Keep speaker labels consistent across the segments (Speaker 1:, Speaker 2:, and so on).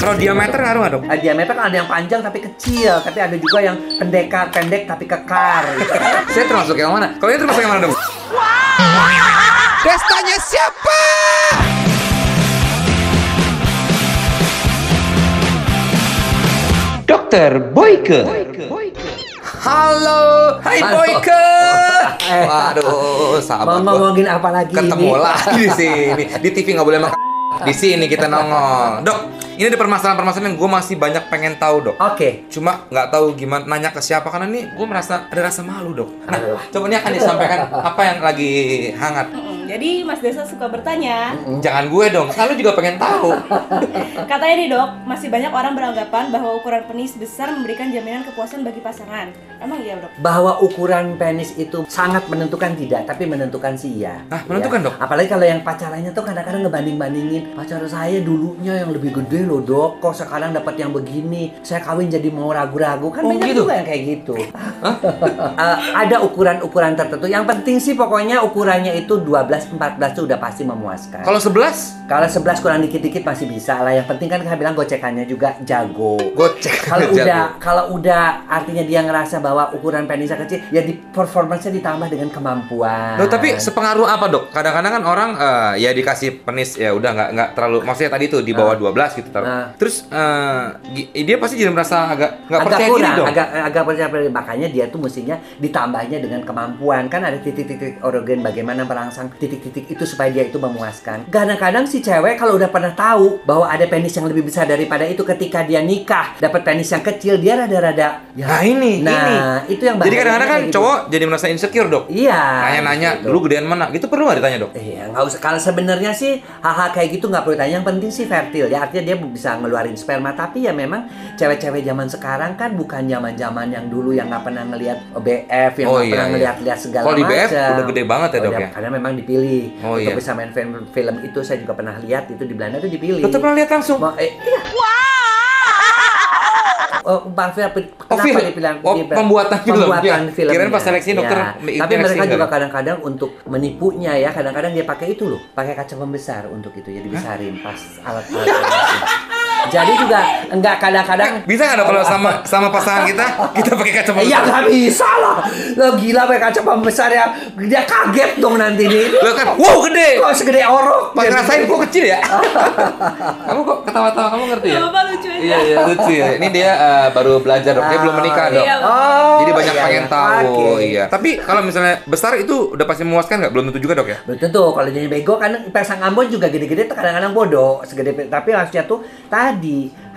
Speaker 1: Kalau diameter ngaruh nggak dok?
Speaker 2: Eh, diameter kan ada yang panjang tapi kecil, tapi ada juga yang pendekar, pendek tapi kekar. gitu.
Speaker 1: Saya termasuk yang mana? Kalau ini termasuk yang mana dok? Pestanya siapa? Dokter Boyke. Halo, Hai
Speaker 2: Halo.
Speaker 1: Boyke.
Speaker 2: Eh.
Speaker 1: Waduh,
Speaker 2: Mau
Speaker 1: sahabat gua
Speaker 2: ngomongin apa lagi
Speaker 1: ketemu
Speaker 2: ini?
Speaker 1: lagi di sini. Di TV nggak boleh makan. Di sini kita nongol. Dok, ini ada permasalahan-permasalahan yang gue masih banyak pengen tahu dok.
Speaker 2: Oke.
Speaker 1: cuma nggak tahu gimana nanya ke siapa karena nih gue merasa ada rasa malu dok nah
Speaker 2: Alah.
Speaker 1: coba ini akan disampaikan apa yang lagi hangat
Speaker 3: Mm-mm. Jadi Mas Desa suka bertanya,
Speaker 1: jangan gue dong kan lu juga pengen tahu
Speaker 3: katanya nih dok, masih banyak orang beranggapan bahwa ukuran penis besar memberikan jaminan kepuasan bagi pasangan. Emang iya dok?
Speaker 2: Bahwa ukuran penis itu sangat menentukan tidak, tapi menentukan sih iya.
Speaker 1: Ah, menentukan,
Speaker 2: Iya.
Speaker 1: Dok?
Speaker 2: Apalagi kalau yang pacarannya tuh kadang-kadang ngebanding-bandingin pacar saya dulunya yang lebih gede loh dok, kok sekarang dapat yang begini, saya kawin jadi mau ragu-ragu kan
Speaker 1: Oh,
Speaker 2: banyak
Speaker 1: gitu?
Speaker 2: juga yang kayak gitu. Eh, ada ukuran-ukuran tertentu. Yang penting sih pokoknya ukurannya itu 12 14 tuh udah pasti memuaskan.
Speaker 1: kalau 11
Speaker 2: Kalau 11 kurang dikit-dikit masih bisa lah. Yang penting kan saya bilang gocekannya juga jago.
Speaker 1: gue cek
Speaker 2: Kalau
Speaker 1: aja
Speaker 2: udah
Speaker 1: dulu.
Speaker 2: kalau udah artinya dia ngerasa bahwa ukuran penisnya kecil, ya di performance-nya ditambah dengan kemampuan.
Speaker 1: Dok, tapi sepengaruh apa dok? Kadang-kadang kan orang eh, ya dikasih penis ya udah nggak nggak terlalu maksudnya tadi tuh di bawah 12 gitu taruh.
Speaker 2: Ah.
Speaker 1: Terus eh, gi- dia pasti jadi merasa agak nggak
Speaker 2: agak
Speaker 1: percaya
Speaker 2: kurang,
Speaker 1: diri dong.
Speaker 2: agak eh, agak percaya diri. Makanya dia tuh mestinya ditambahnya dengan kemampuan. Kan ada titik-titik organ bagaimana merangsang titik-titik itu supaya dia itu memuaskan. Kadang-kadang si cewek kalau udah pernah tahu bahwa ada penis yang lebih besar daripada itu ketika dia nikah, dapat penis yang kecil dia rada-rada ya.
Speaker 1: Nah ini ini.
Speaker 2: Nah, itu yang
Speaker 1: Jadi
Speaker 2: bahayanya
Speaker 1: kadang-kadang kan
Speaker 2: kayak gitu.
Speaker 1: cowok jadi merasa insecure dok.
Speaker 2: Iya.
Speaker 1: Nanya-nanya,
Speaker 2: gitu.
Speaker 1: lu gedean mana? Gitu perlu nggak ditanya dok?
Speaker 2: Iya, nggak usah. Kalau sebenarnya sih hal-hal kayak gitu nggak perlu tanya. Yang penting sih fertil ya. Artinya dia bisa ngeluarin sperma. Tapi ya memang cewek-cewek zaman sekarang kan bukan zaman-zaman yang dulu yang nggak pernah ngelihat BF, yang
Speaker 1: Oh,
Speaker 2: nggak
Speaker 1: iya,
Speaker 2: pernah
Speaker 1: iya.
Speaker 2: ngelihat-lihat segala
Speaker 1: Kalau di BF
Speaker 2: macam.
Speaker 1: udah gede banget ya,
Speaker 2: Oh,
Speaker 1: Dok,
Speaker 2: dia-
Speaker 1: ya?
Speaker 2: Karena memang dipilih
Speaker 1: Oh,
Speaker 2: untuk
Speaker 1: iya.
Speaker 2: bisa main film, film itu. Saya juga pernah lihat itu di Belanda itu dipilih.
Speaker 1: Tetap pernah lihat langsung.
Speaker 2: Ma- eh, iya. Oh, Bang Fir, pe-
Speaker 1: Oh,
Speaker 2: kenapa
Speaker 1: Fir.
Speaker 2: dibilang
Speaker 1: Oh,
Speaker 2: dibilang-
Speaker 1: pembuatan film,
Speaker 2: Pembuatan
Speaker 1: ya.
Speaker 2: filmnya.
Speaker 1: Kirain pas seleksi dokter
Speaker 2: Ya.
Speaker 1: me-
Speaker 2: Tapi
Speaker 1: seleksi
Speaker 2: mereka
Speaker 1: nggak?
Speaker 2: juga kadang-kadang untuk menipunya ya, kadang-kadang dia pakai itu loh, pakai kaca pembesar untuk itu ya dibesarin pas alat-alat. operasi. Jadi juga enggak kadang-kadang
Speaker 1: Bisa nggak dok kalau sama sama pasangan kita kita pakai kacamata?
Speaker 2: Iya nggak bisa lah, lo gila pakai kaca pembesar ya, dia kaget dong nanti nih.
Speaker 1: Lo kan, wow gede.
Speaker 2: Kok segede orok?
Speaker 1: Pas
Speaker 2: Dia
Speaker 1: ngerasain
Speaker 2: bilang.
Speaker 1: kok kecil ya. kamu kok ketawa-tawa kamu ngerti ya?
Speaker 3: Gak apa-apa, lucu aja.
Speaker 1: Iya iya lucu ya. Ini dia eh, baru belajar dok. Dia belum menikah dok.
Speaker 3: iya.
Speaker 2: Oh,
Speaker 1: Jadi banyak
Speaker 2: iya,
Speaker 1: pengen
Speaker 2: iya.
Speaker 1: tahu.
Speaker 2: Oke.
Speaker 1: Iya. Tapi kalau misalnya besar itu udah pasti memuaskan nggak? Belum tentu juga dok ya.
Speaker 2: Betul tuh, kalau jadi bego kan pasang Ambon juga gede-gede tuh kadang-kadang bodoh segede tapi harusnya tuh tadi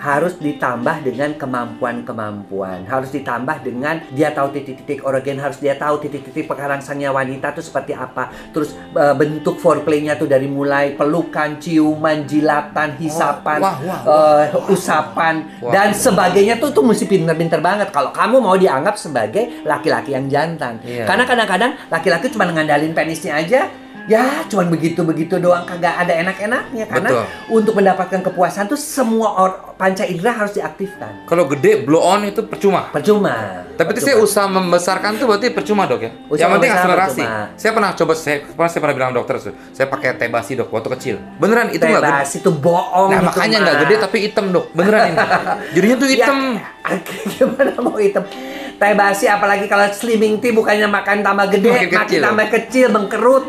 Speaker 2: harus ditambah dengan kemampuan-kemampuan harus ditambah dengan dia tahu titik-titik orogen harus dia tahu titik-titik pekarangsangnya wanita tuh seperti apa terus eh, bentuk foreplaynya tuh dari mulai pelukan ciuman jilatan hisapan
Speaker 1: wah, wah,
Speaker 2: eh, usapan
Speaker 1: Wah.
Speaker 2: dan sebagainya tuh tuh mesti pinter-pinter banget kalau kamu mau dianggap sebagai laki-laki yang jantan
Speaker 1: Iya.
Speaker 2: karena kadang-kadang laki-laki cuma ngandalin penisnya aja, ya cuman begitu-begitu doang kagak ada enak-enaknya karena
Speaker 1: Betul.
Speaker 2: untuk mendapatkan kepuasan tuh semua or- panca indera harus diaktifkan.
Speaker 1: Kalau gede blow on itu percuma.
Speaker 2: Percuma.
Speaker 1: Tapi itu saya usaha membesarkan tuh berarti percuma dok ya.
Speaker 2: Usaha
Speaker 1: Yang penting
Speaker 2: membesar
Speaker 1: akselerasi.
Speaker 2: percuma.
Speaker 1: Saya pernah coba saya pernah saya pernah bilang dokter tuh, saya pakai tebasi dok waktu kecil. Beneran itu
Speaker 2: itu
Speaker 1: nggak gede.
Speaker 2: bebas, itu bohong.
Speaker 1: Nah
Speaker 2: itu
Speaker 1: makanya
Speaker 2: mah.
Speaker 1: nggak gede tapi hitam dok, beneran ini. Jadinya tuh hitam.
Speaker 2: Ya, gimana mau hitam? Teh basi apalagi kalau slimming tea bukannya makan tambah
Speaker 1: Makin
Speaker 2: gede, makin,
Speaker 1: kecil.
Speaker 2: tambah kecil, mengkerut.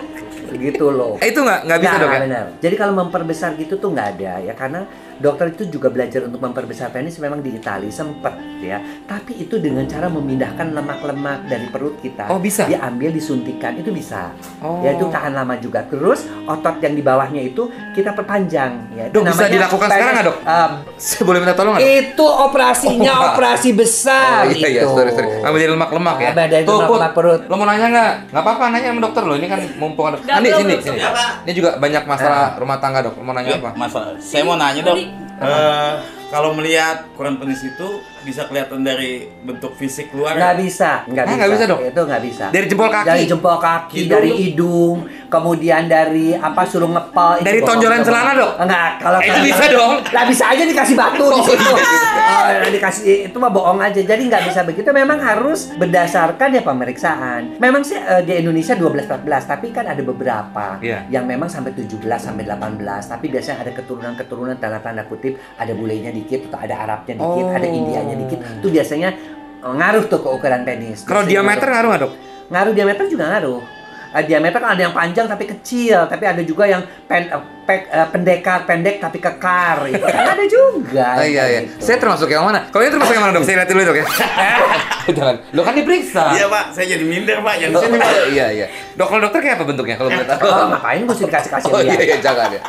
Speaker 2: Gitu loh.
Speaker 1: Eh, itu nggak nggak bisa
Speaker 2: Nah,
Speaker 1: dok ya.
Speaker 2: benar. Jadi kalau memperbesar gitu tuh nggak ada ya karena dokter itu juga belajar untuk memperbesar penis memang di Italia sempet ya. Tapi itu dengan cara memindahkan lemak-lemak dari perut kita.
Speaker 1: Oh, bisa?
Speaker 2: Diambil disuntikan itu bisa.
Speaker 1: Oh.
Speaker 2: Ya itu tahan lama juga. Terus otot yang di bawahnya itu kita perpanjang ya. Itu
Speaker 1: Dok, bisa
Speaker 2: namanya
Speaker 1: dilakukan
Speaker 2: penis-
Speaker 1: sekarang nggak, Dok?
Speaker 2: eh,
Speaker 1: Saya boleh minta tolong nggak? dok?
Speaker 2: itu operasinya
Speaker 1: Oh,
Speaker 2: operasi besar gitu.
Speaker 1: iya iya,
Speaker 2: itu.
Speaker 1: sorry sorry. Ambil dari lemak-lemak ya.
Speaker 2: Ambil dari
Speaker 1: Tuh, Put,
Speaker 2: lemak-lemak perut.
Speaker 1: Lo mau nanya nggak? Nggak apa-apa nanya sama dokter lo. Ini kan mumpung ada.
Speaker 3: Nggak,
Speaker 1: Andi
Speaker 3: belum,
Speaker 1: sini
Speaker 3: belum.
Speaker 1: sini. Ini juga banyak masalah rumah tangga dok. Lo Mau nanya
Speaker 4: Ya,
Speaker 1: apa?
Speaker 4: masalah. Saya mau nanya dok, Eh, kalau melihat ukuran penis itu bisa kelihatan dari bentuk fisik luar.
Speaker 2: Nggak bisa, nggak
Speaker 1: Hah,
Speaker 2: bisa.
Speaker 1: nggak bisa dong?
Speaker 2: Itu nggak bisa.
Speaker 1: Dari jempol kaki?
Speaker 2: Dari jempol kaki,
Speaker 4: Hidung?
Speaker 2: dari hidung, kemudian dari apa suruh ngepel. itu
Speaker 1: Dari
Speaker 2: bohong,
Speaker 1: tonjolan
Speaker 2: itu
Speaker 1: celana,
Speaker 2: bohong.
Speaker 1: Dok?
Speaker 2: Enggak, kalau
Speaker 1: Eh, itu bisa dong.
Speaker 2: Lah bisa aja dikasih batu di
Speaker 1: Oh,
Speaker 2: situ.
Speaker 1: iya.
Speaker 2: Oh, dikasih itu mah bohong aja. Jadi nggak bisa begitu. Memang harus berdasarkan ya pemeriksaan. Memang sih eh, di Indonesia 12 14, tapi kan ada beberapa
Speaker 1: Iya.
Speaker 2: yang memang sampai 17 sampai 18, tapi biasanya ada keturunan-keturunan tanda tanda kutip ada bulenya di dikit, atau ada Arabnya dikit,
Speaker 1: Oh.
Speaker 2: ada Indianya dikit, itu biasanya eh, ngaruh tuh ke ukuran penis.
Speaker 1: Kalau
Speaker 2: Biasanya
Speaker 1: diameter
Speaker 2: ngaruh.
Speaker 1: ngaruh nggak Iya, dok?
Speaker 2: Ngaruh diameter juga ngaruh. Eh, diameter kan ada yang panjang tapi kecil, tapi ada juga yang pen, eh, pek- eh, pendekar pendek tapi kekar. Itu kan ada juga.
Speaker 1: Oh,
Speaker 2: yang
Speaker 1: iya
Speaker 2: kayak
Speaker 1: iya.
Speaker 2: gitu.
Speaker 1: Saya termasuk yang mana? Kalau ini termasuk yang mana dok? Saya lihat dulu dok ya. Jangan. Lo kan diperiksa.
Speaker 4: Iya pak, saya jadi minder pak, yang
Speaker 1: Oh,
Speaker 4: sini pak.
Speaker 1: iya iya. Dok kalau dokter kayak apa bentuknya kalau boleh tahu?
Speaker 2: Oh, ngapain gue sih dikasih-kasih
Speaker 1: Oh
Speaker 2: lihat?
Speaker 1: iya, iya jangan ya.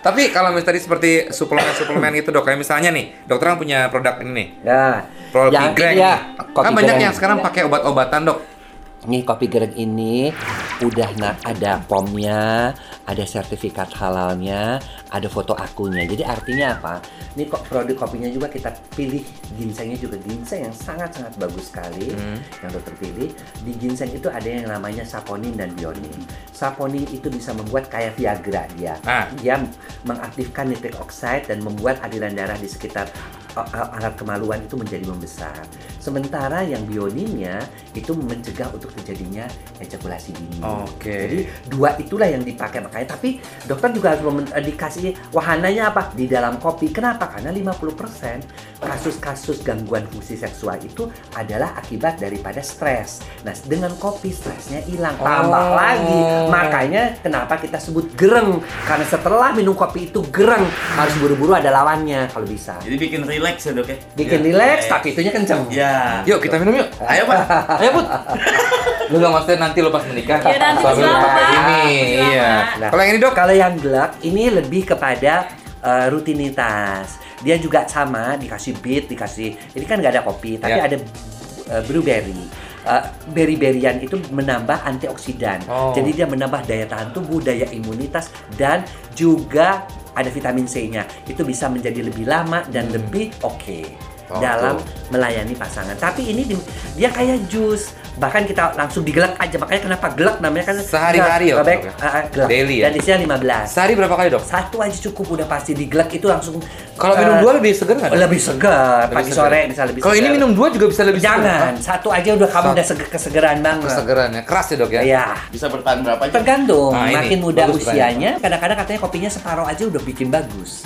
Speaker 1: Tapi kalau misalnya tadi seperti suplemen-suplemen itu dok, kayak misalnya nih, dokter kan punya produk ini nih,
Speaker 2: Nah,
Speaker 1: produk
Speaker 2: yang-
Speaker 1: migrain.
Speaker 2: iya, kopi
Speaker 1: kan banyak
Speaker 2: goreng.
Speaker 1: yang sekarang pakai obat-obatan dok.
Speaker 2: Ini kopi gereng ini udah na- ada pomnya, ada sertifikat halalnya, ada foto akunya. Jadi artinya apa? Ini kok produk kopinya juga kita pilih ginsengnya juga ginseng yang sangat-sangat bagus sekali
Speaker 1: Hmm.
Speaker 2: yang dokter pilih. Di ginseng itu ada yang namanya saponin dan bionin. Saponin itu bisa membuat kayak Viagra dia.
Speaker 1: Ah.
Speaker 2: Dia mengaktifkan nitric oxide dan membuat aliran darah di sekitar uh, uh, alat kemaluan itu menjadi membesar. Sementara yang bioninnya itu mencegah untuk terjadinya ejakulasi dini.
Speaker 1: Oke.
Speaker 2: Jadi dua itulah yang dipakai makanya tapi dokter juga harus memen- eh, dikasih wahananya apa di dalam kopi. Kenapa? Karena 50% kasus-kasus gangguan fungsi seksual itu adalah akibat daripada stres. Nah, dengan kopi stresnya hilang tambah
Speaker 1: Oh.
Speaker 2: lagi. Makanya kenapa kita sebut gereng? Karena setelah minum kopi itu gereng harus buru-buru ada lawannya kalau bisa.
Speaker 4: Jadi bikin relax ya dok ya.
Speaker 2: Bikin
Speaker 4: Ya.
Speaker 2: relax tapi itunya kenceng.
Speaker 4: Ya.
Speaker 1: Yuk kita minum yuk.
Speaker 4: Ayo pak.
Speaker 1: Ayo put. Nah, Lu gak maksudnya nanti lu pas menikah.
Speaker 3: Ya, nanti
Speaker 1: suami lu
Speaker 2: selamat,
Speaker 1: pakai
Speaker 2: Pak.
Speaker 1: ini.
Speaker 3: Selamat.
Speaker 1: Iya.
Speaker 2: Nah,
Speaker 1: Kalau yang ini dok,
Speaker 2: Kalau yang gelap ini lebih kepada eh, rutinitas. Dia juga sama dikasih beat, dikasih ini kan nggak ada kopi, tapi
Speaker 1: Ya.
Speaker 2: ada eh, blueberry. Eh, berry-berryan itu menambah antioksidan.
Speaker 1: Oh.
Speaker 2: Jadi dia menambah daya tahan tubuh, daya imunitas dan juga ada vitamin C-nya. Itu bisa menjadi lebih lama dan
Speaker 1: Hmm.
Speaker 2: lebih oke
Speaker 1: Oh,
Speaker 2: dalam melayani pasangan. Tapi ini di- dia kayak jus. Bahkan kita langsung digelak aja. Makanya kenapa gelak namanya kan
Speaker 1: Sehari-hari ya,
Speaker 2: Nggak baik,
Speaker 1: Dok,
Speaker 2: eh, eh, gelak.
Speaker 1: Daily ya?
Speaker 2: Dan isinya 15.
Speaker 1: sehari berapa kali dok?
Speaker 2: Satu aja cukup udah pasti digelak itu langsung
Speaker 1: Kalau
Speaker 2: eh,
Speaker 1: minum dua lebih seger nggak? Dok?
Speaker 2: lebih segar,
Speaker 1: Lebih
Speaker 2: pagi
Speaker 1: seger.
Speaker 2: sore bisa lebih
Speaker 1: Kalau ini
Speaker 2: segar.
Speaker 1: minum dua juga bisa lebih seger.
Speaker 2: jangan, satu aja udah kamu
Speaker 1: Satu.
Speaker 2: udah seger, kesegeran banget.
Speaker 1: Kesegeran ya, keras ya dok ya.
Speaker 2: Iya.
Speaker 4: Bisa bertahan berapa jam?
Speaker 2: Tergantung,
Speaker 1: Nah, ini.
Speaker 2: makin muda
Speaker 1: Bagus
Speaker 2: usianya, kadang-kadang katanya kopinya separuh aja udah bikin bagus.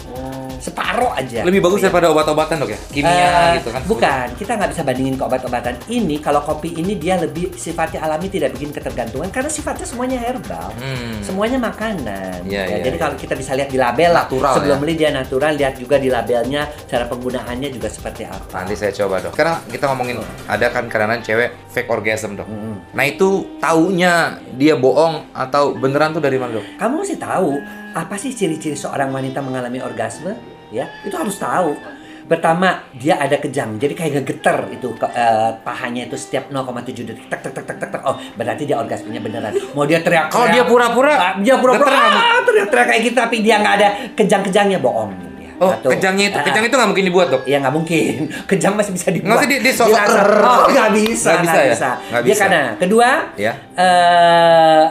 Speaker 2: Separuh aja.
Speaker 1: Lebih bagus
Speaker 2: Iya.
Speaker 1: daripada obat-obatan dok ya, kimia
Speaker 2: Eh,
Speaker 1: gitu kan.
Speaker 2: Bukan, kita nggak bisa bandingin ke obat-obatan. Ini kalau kopi ini dia lebih sifatnya alami tidak bikin ketergantungan karena sifatnya semuanya herbal.
Speaker 1: Hmm.
Speaker 2: Semuanya makanan.
Speaker 1: Iya,
Speaker 2: Ya,
Speaker 1: iya,
Speaker 2: jadi
Speaker 1: iya.
Speaker 2: kalau kita bisa lihat di label lah,
Speaker 1: Natural,
Speaker 2: sebelum
Speaker 1: ya.
Speaker 2: beli dia natural, lihat juga di labelnya cara penggunaannya juga seperti apa.
Speaker 1: Nanti saya coba dok. Karena kita ngomongin ada kan kadang-kadang cewek fake orgasm dok. Nah itu taunya dia bohong atau beneran tuh dari mana dok?
Speaker 2: Kamu mesti tahu apa sih ciri-ciri seorang wanita mengalami orgasme, ya? Itu harus tahu. Pertama, dia ada kejang. Jadi kayak ngegeter itu ke- eh, pahanya itu setiap 0,7 detik. Tek tek tek tek tek. tek. Oh, berarti dia orgasmenya beneran. Mau dia teriak.
Speaker 1: Kalau dia pura-pura,
Speaker 2: Ah, dia pura-pura
Speaker 1: geter nggak mungkin?
Speaker 2: ah, teriak-teriak kayak gitu tapi dia nggak ada kejang-kejangnya bohong. dia.
Speaker 1: Oh
Speaker 2: Satu.
Speaker 1: kejangnya itu,
Speaker 2: Ah,
Speaker 1: kejang itu nggak mungkin dibuat dok.
Speaker 2: Ya nggak mungkin. Kejang masih bisa dibuat.
Speaker 1: Nggak sih, dia- dia sosok- Oh,
Speaker 2: Dirasa, "Oh, nggak
Speaker 1: nggak
Speaker 2: bisa, nggak
Speaker 1: bisa
Speaker 2: bisa.
Speaker 1: ya? Nggak
Speaker 2: Dia
Speaker 1: bisa.
Speaker 2: karena kedua,
Speaker 1: Ya.
Speaker 2: eh,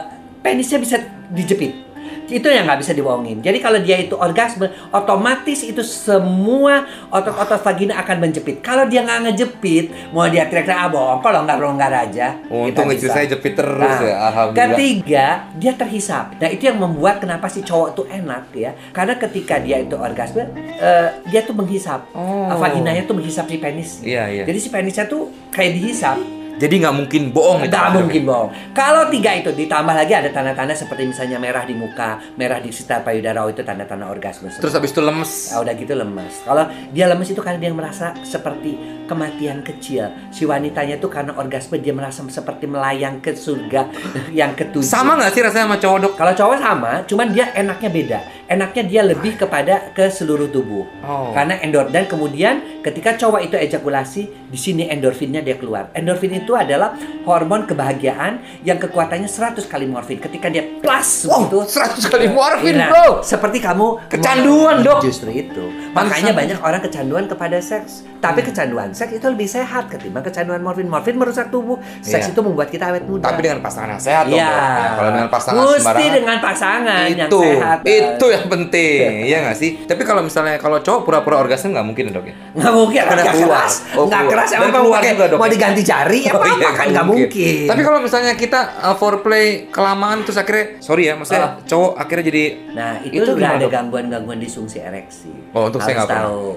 Speaker 2: penisnya bisa dijepit. Itu yang nggak bisa dibohongin. Jadi kalau dia itu orgasme, otomatis itu semua otot-otot vagina akan menjepit. Kalau dia nggak ngejepit, mau dia teriak-teriak ah, bohong, kalau nggak longgar aja. kita
Speaker 1: Untung itu
Speaker 2: bisa.
Speaker 1: saya jepit terus
Speaker 2: Nah,
Speaker 1: ya, alhamdulillah.
Speaker 2: Ketiga, dia terhisap. Nah, itu yang membuat kenapa sih cowok tuh enak ya. Karena ketika dia itu orgasme, eh, dia tuh menghisap.
Speaker 1: Oh.
Speaker 2: Eh, Vaginanya tuh menghisap si penis.
Speaker 1: Iya, iya.
Speaker 2: Jadi si penisnya tuh kayak dihisap.
Speaker 1: Jadi nggak mungkin bohong itu.
Speaker 2: Nggak
Speaker 1: Dok, ya?
Speaker 2: mungkin bohong. Kalau tiga itu ditambah lagi ada tanda-tanda seperti misalnya merah di muka, merah di sekitar payudara, oh, itu tanda-tanda orgasme.
Speaker 1: Terus habis itu lemes.
Speaker 2: Ah, udah gitu lemas. Kalau dia lemas itu karena dia merasa seperti kematian kecil. Si wanitanya itu karena orgasme dia merasa seperti melayang ke surga yang ketujuh.
Speaker 1: Sama nggak sih rasanya sama cowok dok?
Speaker 2: Kalau cowok sama, cuman dia enaknya beda. Enaknya dia lebih kepada ke seluruh tubuh.
Speaker 1: Oh.
Speaker 2: Karena endorfin dan kemudian ketika cowok itu ejakulasi, di sini endorfinnya dia keluar. Endorfin itu adalah hormon kebahagiaan yang kekuatannya 100 kali morfin. Ketika dia plus
Speaker 1: Wow,
Speaker 2: gitu,
Speaker 1: 100 kali morfin
Speaker 2: Nah,
Speaker 1: bro.
Speaker 2: Seperti kamu
Speaker 1: Kecanduan, Dok.
Speaker 2: Justru itu.
Speaker 1: Pantesan.
Speaker 2: Makanya banyak orang kecanduan kepada seks. Tapi
Speaker 1: Hmm.
Speaker 2: kecanduan seks itu lebih sehat ketimbang kecanduan morfin. Morfin merusak tubuh. Seks
Speaker 1: Iya.
Speaker 2: itu membuat kita awet muda.
Speaker 1: Tapi dengan pasangan yang sehat dong.
Speaker 2: Iya.
Speaker 1: Dok. Nah, Kalau dengan pasangan
Speaker 2: Mesti
Speaker 1: sembarangan.
Speaker 2: dengan pasangan yang
Speaker 1: itu
Speaker 2: sehat.
Speaker 1: itu ya. yang penting iya nggak sih tapi kalau misalnya kalau cowok pura-pura orgasme nggak mungkin ya, dok ya
Speaker 2: Nggak mungkin
Speaker 1: Karena
Speaker 2: nggak
Speaker 1: keluar.
Speaker 2: keras.
Speaker 1: Oh,
Speaker 2: Nggak
Speaker 1: keluar.
Speaker 2: keras
Speaker 1: Dan
Speaker 2: emang mau
Speaker 1: keluar
Speaker 2: pakai-
Speaker 1: juga, Dok,
Speaker 2: mau
Speaker 1: ya?
Speaker 2: diganti jari ya
Speaker 1: Oh, iya,
Speaker 2: apa kan nggak mungkin.
Speaker 1: tapi kalau misalnya kita uh, foreplay kelamaan terus akhirnya sorry ya
Speaker 2: Ah.
Speaker 1: maksudnya cowok akhirnya jadi
Speaker 2: Nah, itu,
Speaker 1: Itu
Speaker 2: udah
Speaker 1: gimana,
Speaker 2: ada
Speaker 1: Dok?
Speaker 2: gangguan-gangguan disfungsi ereksi.
Speaker 1: Oh, untuk saya
Speaker 2: Harus
Speaker 1: nggak pernah.
Speaker 2: tahu.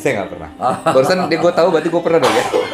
Speaker 1: Saya nggak pernah.
Speaker 2: Ah.
Speaker 1: Barusan dia gue tahu berarti gue pernah dong ya. Terus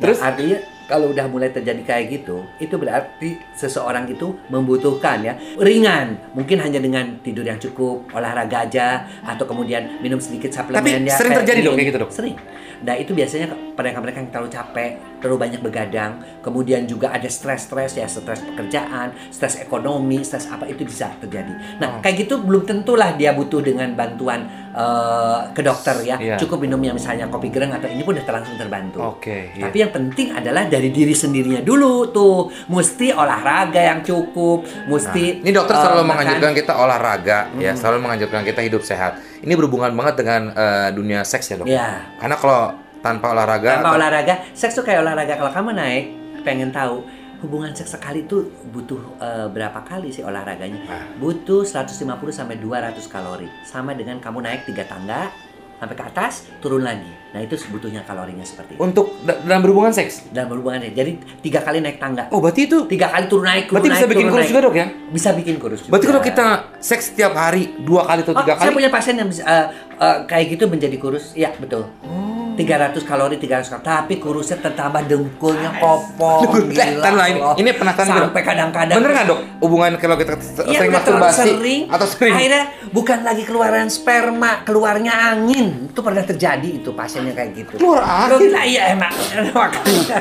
Speaker 2: Terus Nah, artinya kalau udah mulai terjadi kayak gitu, itu berarti seseorang itu membutuhkan ya ringan, mungkin hanya dengan tidur yang cukup, olahraga aja, atau kemudian minum sedikit suplemen
Speaker 1: Tapi
Speaker 2: ya,
Speaker 1: sering terjadi dong kayak gitu dong?
Speaker 2: Sering. Nah itu biasanya ke- mereka-mereka yang terlalu capek, terlalu banyak begadang, kemudian juga ada stres-stres ya, stres pekerjaan, stres ekonomi, stres apa itu bisa terjadi.
Speaker 1: Oh.
Speaker 2: Nah kayak gitu belum tentulah dia butuh dengan bantuan eh, ke dokter ya,
Speaker 1: Iya.
Speaker 2: cukup minumnya misalnya kopi gereng atau ini pun udah langsung terbantu.
Speaker 1: Oke, iya.
Speaker 2: Tapi yang penting adalah dari diri sendirinya dulu tuh. Mesti olahraga yang cukup, mesti
Speaker 1: Nah, Ini dokter selalu
Speaker 2: eh, makan.
Speaker 1: menganjurkan kita olahraga, ya selalu menganjurkan kita hidup sehat. Ini berhubungan banget dengan eh, dunia seks ya dok.
Speaker 2: Iya.
Speaker 1: Karena kalau tanpa olahraga,
Speaker 2: Tanpa
Speaker 1: atau-
Speaker 2: olahraga, seks tuh kayak olahraga. Kalau kamu naik, pengen tahu hubungan seks sekali tuh butuh eh, berapa kali sih olahraganya?
Speaker 1: Ah.
Speaker 2: Butuh 150 sampai 200 kalori. Sama dengan kamu naik tiga tangga sampai ke atas, turun lagi. Nah, itu butuhnya kalorinya seperti itu.
Speaker 1: untuk da- dalam berhubungan seks.
Speaker 2: Dalam berhubungannya. Jadi tiga kali naik tangga,
Speaker 1: Oh berarti itu,
Speaker 2: tiga kali turun naik, turun
Speaker 1: berarti
Speaker 2: naik,
Speaker 1: bisa bikin
Speaker 2: turun
Speaker 1: kurus
Speaker 2: naik.
Speaker 1: juga dok ya?
Speaker 2: Bisa bikin kurus juga.
Speaker 1: Berarti kalau kita seks setiap hari dua kali atau
Speaker 2: Iya. Oh,
Speaker 1: tiga
Speaker 2: saya
Speaker 1: kali,
Speaker 2: punya pasien yang bisa, eh, eh, kayak gitu menjadi kurus. Iya, betul.
Speaker 1: Hmm.
Speaker 2: 300 kalori, 300 kalori. Tapi kurusnya tertambah dengkulnya
Speaker 1: Aduh,
Speaker 2: kopong.
Speaker 1: gue-
Speaker 2: Oh, Gila,
Speaker 1: tan lah ini.
Speaker 2: Allah.
Speaker 1: Ini penasaran gue,
Speaker 2: Sampai
Speaker 1: Dok.
Speaker 2: kadang-kadang.
Speaker 1: bener nggak dok? Hubungan kalau kita se-
Speaker 2: Iya,
Speaker 1: sering
Speaker 2: udah terlalu
Speaker 1: masturbasi
Speaker 2: sering.
Speaker 1: atau sering
Speaker 2: Akhirnya bukan lagi keluaran sperma, keluarnya angin. Itu pernah terjadi itu pasiennya kayak gitu.
Speaker 1: keluar
Speaker 2: Lu
Speaker 1: angin?
Speaker 2: gila, iya enak. Makanya.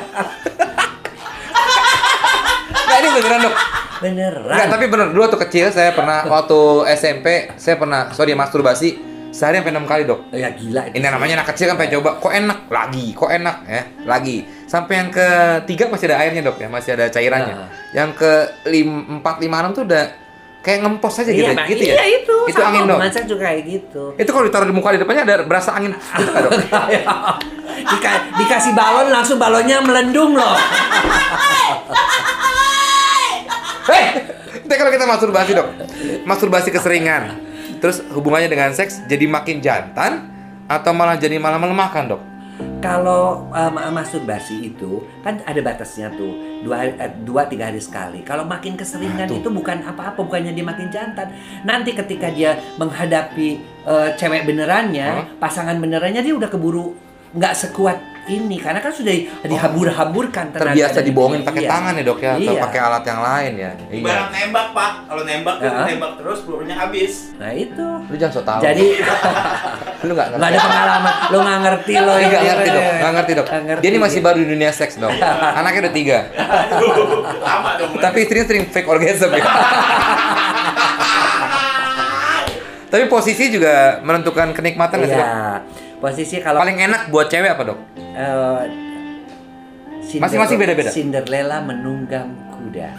Speaker 1: Nggak, ini beneran dok?
Speaker 2: Beneran.
Speaker 1: Nggak, tapi bener. Dulu waktu kecil saya pernah waktu SMP saya pernah sorry masturbasi sehari sampai enam kali dok.
Speaker 2: Ya gila itu.
Speaker 1: Ini namanya anak kecil kan pengen coba, kok enak lagi, kok enak ya lagi. Sampai yang ketiga masih ada airnya dok ya, masih ada cairannya.
Speaker 2: Nah.
Speaker 1: Yang ke lim, empat lima enam tuh udah kayak ngempos aja gitu,
Speaker 2: Iya,
Speaker 1: ya,
Speaker 2: Bang.
Speaker 1: gitu ya.
Speaker 2: Iya, itu.
Speaker 1: Itu angin dok.
Speaker 2: Masa juga kayak gitu.
Speaker 1: Itu kalau ditaruh di muka di depannya ada berasa angin gitu nggak, dok.
Speaker 2: Dika- dikasih balon langsung balonnya melendung loh.
Speaker 1: Hei, nanti kalau kita masturbasi dok, masturbasi keseringan, terus hubungannya dengan seks jadi makin jantan atau malah jadi malah melemahkan dok?
Speaker 2: Kalau eh, ma- masturbasi itu kan ada batasnya tuh dua eh, dua tiga hari sekali. Kalau makin
Speaker 1: Nah,
Speaker 2: keseringan
Speaker 1: tuh.
Speaker 2: itu bukan apa-apa, bukannya dia makin jantan. Nanti ketika dia menghadapi eh, cewek benerannya,
Speaker 1: Hah?
Speaker 2: pasangan benerannya dia udah keburu nggak sekuat ini karena kan sudah di- dihabur-haburkan tenaga
Speaker 1: Terbiasa
Speaker 2: dan
Speaker 1: dibohongin
Speaker 2: energi.
Speaker 1: pakai
Speaker 2: Iya.
Speaker 1: tangan ya dok ya, atau
Speaker 2: Iya.
Speaker 1: pakai alat yang lain ya. Iya.
Speaker 4: Barang nembak pak, kalau nembak kan
Speaker 2: Heeh.
Speaker 4: nembak terus pelurunya habis.
Speaker 2: Nah itu.
Speaker 1: Lu jangan so tau.
Speaker 2: Jadi
Speaker 1: lu nggak ngerti.
Speaker 2: nggak ada pengalaman, lo nggak ngerti lo.
Speaker 1: Nggak
Speaker 2: ini.
Speaker 1: ngerti dok, nggak ngerti dok.
Speaker 2: Nggak ngerti
Speaker 1: Dia ini masih
Speaker 2: dia.
Speaker 1: baru di dunia seks dok. Anaknya udah tiga,
Speaker 4: Aduh, lama dong. Mas.
Speaker 1: tapi istrinya sering fake orgasm ya. tapi posisi juga menentukan kenikmatan nggak sih,
Speaker 2: Iya.
Speaker 1: dok?
Speaker 2: Posisi kalau
Speaker 1: kan, Paling enak buat cewek apa dok?
Speaker 2: eh, Cinderella-
Speaker 1: Masing-masing beda-beda?
Speaker 2: Cinderella menunggang kuda.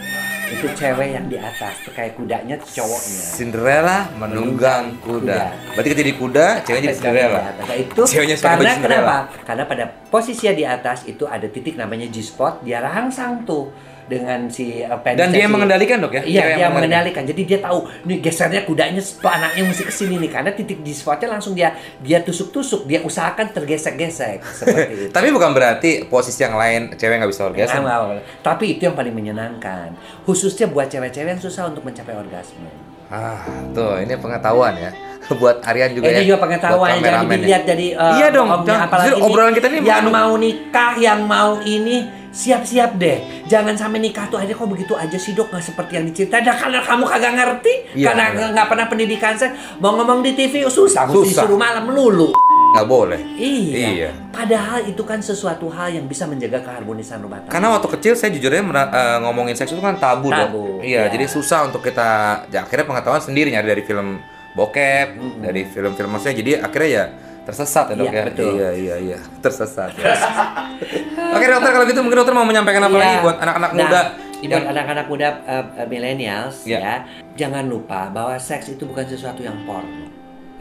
Speaker 2: Itu cewek yang di atas, tuh kayak kudanya cowoknya.
Speaker 1: Cinderella menunggang kuda. Berarti kita jadi kuda, ceweknya jadi Cinderella.
Speaker 2: Nah, itu
Speaker 1: Ceweknya suka
Speaker 2: karena
Speaker 1: baju Cinderella.
Speaker 2: kenapa? Karena pada posisi di atas itu ada titik namanya G-spot, dia rangsang tuh dengan si eh, penis
Speaker 1: Dan dia yang
Speaker 2: si-
Speaker 1: mengendalikan dok ya?
Speaker 2: Iya,
Speaker 1: Cewek yang
Speaker 2: dia mengendalikan. Jadi dia tahu nih gesernya kudanya tuh anaknya mesti ke sini nih karena titik di spotnya langsung dia dia tusuk-tusuk, dia usahakan tergesek-gesek seperti itu.
Speaker 1: Tapi bukan berarti posisi yang lain cewek nggak bisa orgasme.
Speaker 2: Nggak, nggak, nggak. Tapi itu yang paling menyenangkan. Khususnya buat cewek-cewek yang susah untuk mencapai orgasme.
Speaker 1: Ah, tuh ini pengetahuan ya. Buat Aryan juga ya.
Speaker 2: ini juga pengetahuan
Speaker 1: buat
Speaker 2: jangan
Speaker 1: kameramen ya.
Speaker 2: dilihat dari eh,
Speaker 1: Iya dong, jangan-
Speaker 2: apalagi
Speaker 1: justru obrolan kita ini
Speaker 2: yang
Speaker 1: mengandung-
Speaker 2: mau nikah, yang mau ini siap-siap deh. Jangan sampai nikah tuh akhirnya kok begitu aja sih dok nggak seperti yang diceritain. Dah karena kamu kagak ngerti,
Speaker 1: Iya,
Speaker 2: karena
Speaker 1: iya.
Speaker 2: nggak pernah pendidikan saya mau ngomong di TV susah, mesti
Speaker 1: Susah.
Speaker 2: disuruh malam melulu.
Speaker 1: Nggak boleh.
Speaker 2: Iya.
Speaker 1: Iya.
Speaker 2: Padahal itu kan sesuatu hal yang bisa menjaga keharmonisan rumah tangga.
Speaker 1: Karena waktu kecil saya jujurnya mera- eh, ngomongin seks itu kan tabu, dong.
Speaker 2: Tabu,
Speaker 1: Iya,
Speaker 2: iya.
Speaker 1: jadi susah untuk kita ya, akhirnya pengetahuan sendiri nyari dari film bokep, dari film-film maksudnya jadi akhirnya ya tersesat ya dok
Speaker 2: Hmm. Iya,
Speaker 1: ya.
Speaker 2: betul.
Speaker 1: Iya iya iya, tersesat. ya. Oke dokter kalau gitu mungkin dokter mau menyampaikan apa
Speaker 2: Iya.
Speaker 1: lagi buat anak-anak
Speaker 2: Nah,
Speaker 1: muda?
Speaker 2: buat
Speaker 1: yang-
Speaker 2: anak-anak muda uh, uh, millennials
Speaker 1: Iya.
Speaker 2: ya jangan lupa bahwa seks itu bukan sesuatu yang porno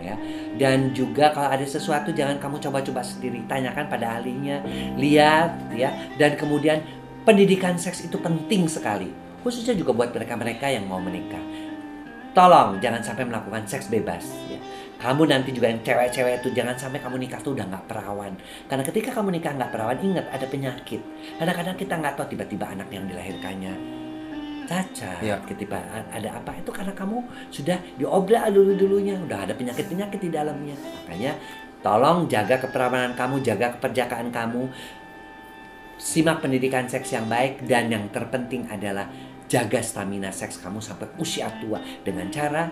Speaker 2: ya dan juga kalau ada sesuatu jangan kamu coba-coba sendiri tanyakan pada ahlinya lihat ya dan kemudian pendidikan seks itu penting sekali khususnya juga buat mereka-mereka yang mau menikah tolong jangan sampai melakukan seks bebas ya kamu nanti juga yang cewek-cewek itu jangan sampai kamu nikah tuh udah nggak perawan karena ketika kamu nikah nggak perawan ingat ada penyakit kadang-kadang kita nggak tahu tiba-tiba anak yang dilahirkannya cacat
Speaker 1: Iya.
Speaker 2: ketiba ada apa itu karena kamu sudah diobrak dulu dulunya udah ada penyakit penyakit di dalamnya makanya Tolong jaga keperamanan kamu, jaga keperjakaan kamu. Simak pendidikan seks yang baik dan yang terpenting adalah jaga stamina seks kamu sampai usia tua dengan cara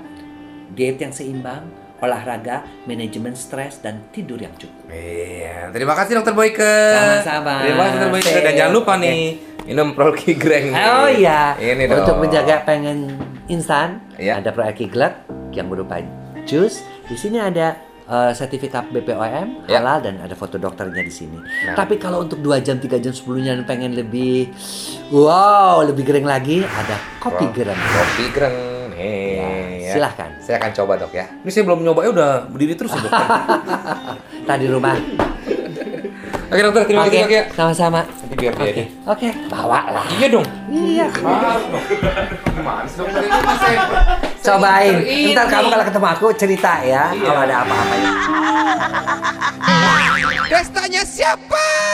Speaker 2: diet yang seimbang, olahraga, manajemen stres dan tidur yang cukup.
Speaker 1: Iya, terima kasih dokter Boyke.
Speaker 2: Sama-sama.
Speaker 1: Terima kasih dokter Boyke dan jangan lupa nih minum Pro Greng.
Speaker 2: Oh iya.
Speaker 1: Ini dong.
Speaker 2: Untuk menjaga pengen instan,
Speaker 1: Iya.
Speaker 2: ada Pro Kiglek yang berupa jus. Di sini ada eh, sertifikat BPOM
Speaker 1: Iya. Nah.
Speaker 2: halal dan ada foto dokternya di sini. Tapi kalau untuk 2 jam 3 jam sebelumnya dan pengen lebih wow, lebih kering lagi ada kopi
Speaker 1: Wow.
Speaker 2: gereng.
Speaker 1: Kopi Greng. Nih.
Speaker 2: Ya,
Speaker 1: ya.
Speaker 2: silahkan.
Speaker 1: Saya akan coba dok ya. Ini saya belum nyoba ya udah berdiri terus ya, dokter.
Speaker 2: Tadi rumah.
Speaker 1: Oke dokter, terima kasih dok
Speaker 2: Oke,
Speaker 1: ya.
Speaker 2: sama-sama.
Speaker 1: Nanti biar dia deh.
Speaker 2: Oke, bawa lah.
Speaker 1: Iya dong.
Speaker 2: Iya.
Speaker 1: Gimana sih dokter ini saya
Speaker 2: Cobain. Ntar kamu kalau ketemu aku cerita
Speaker 1: Iya.
Speaker 2: ya kalau ada apa-apa.
Speaker 1: Pestanya siapa?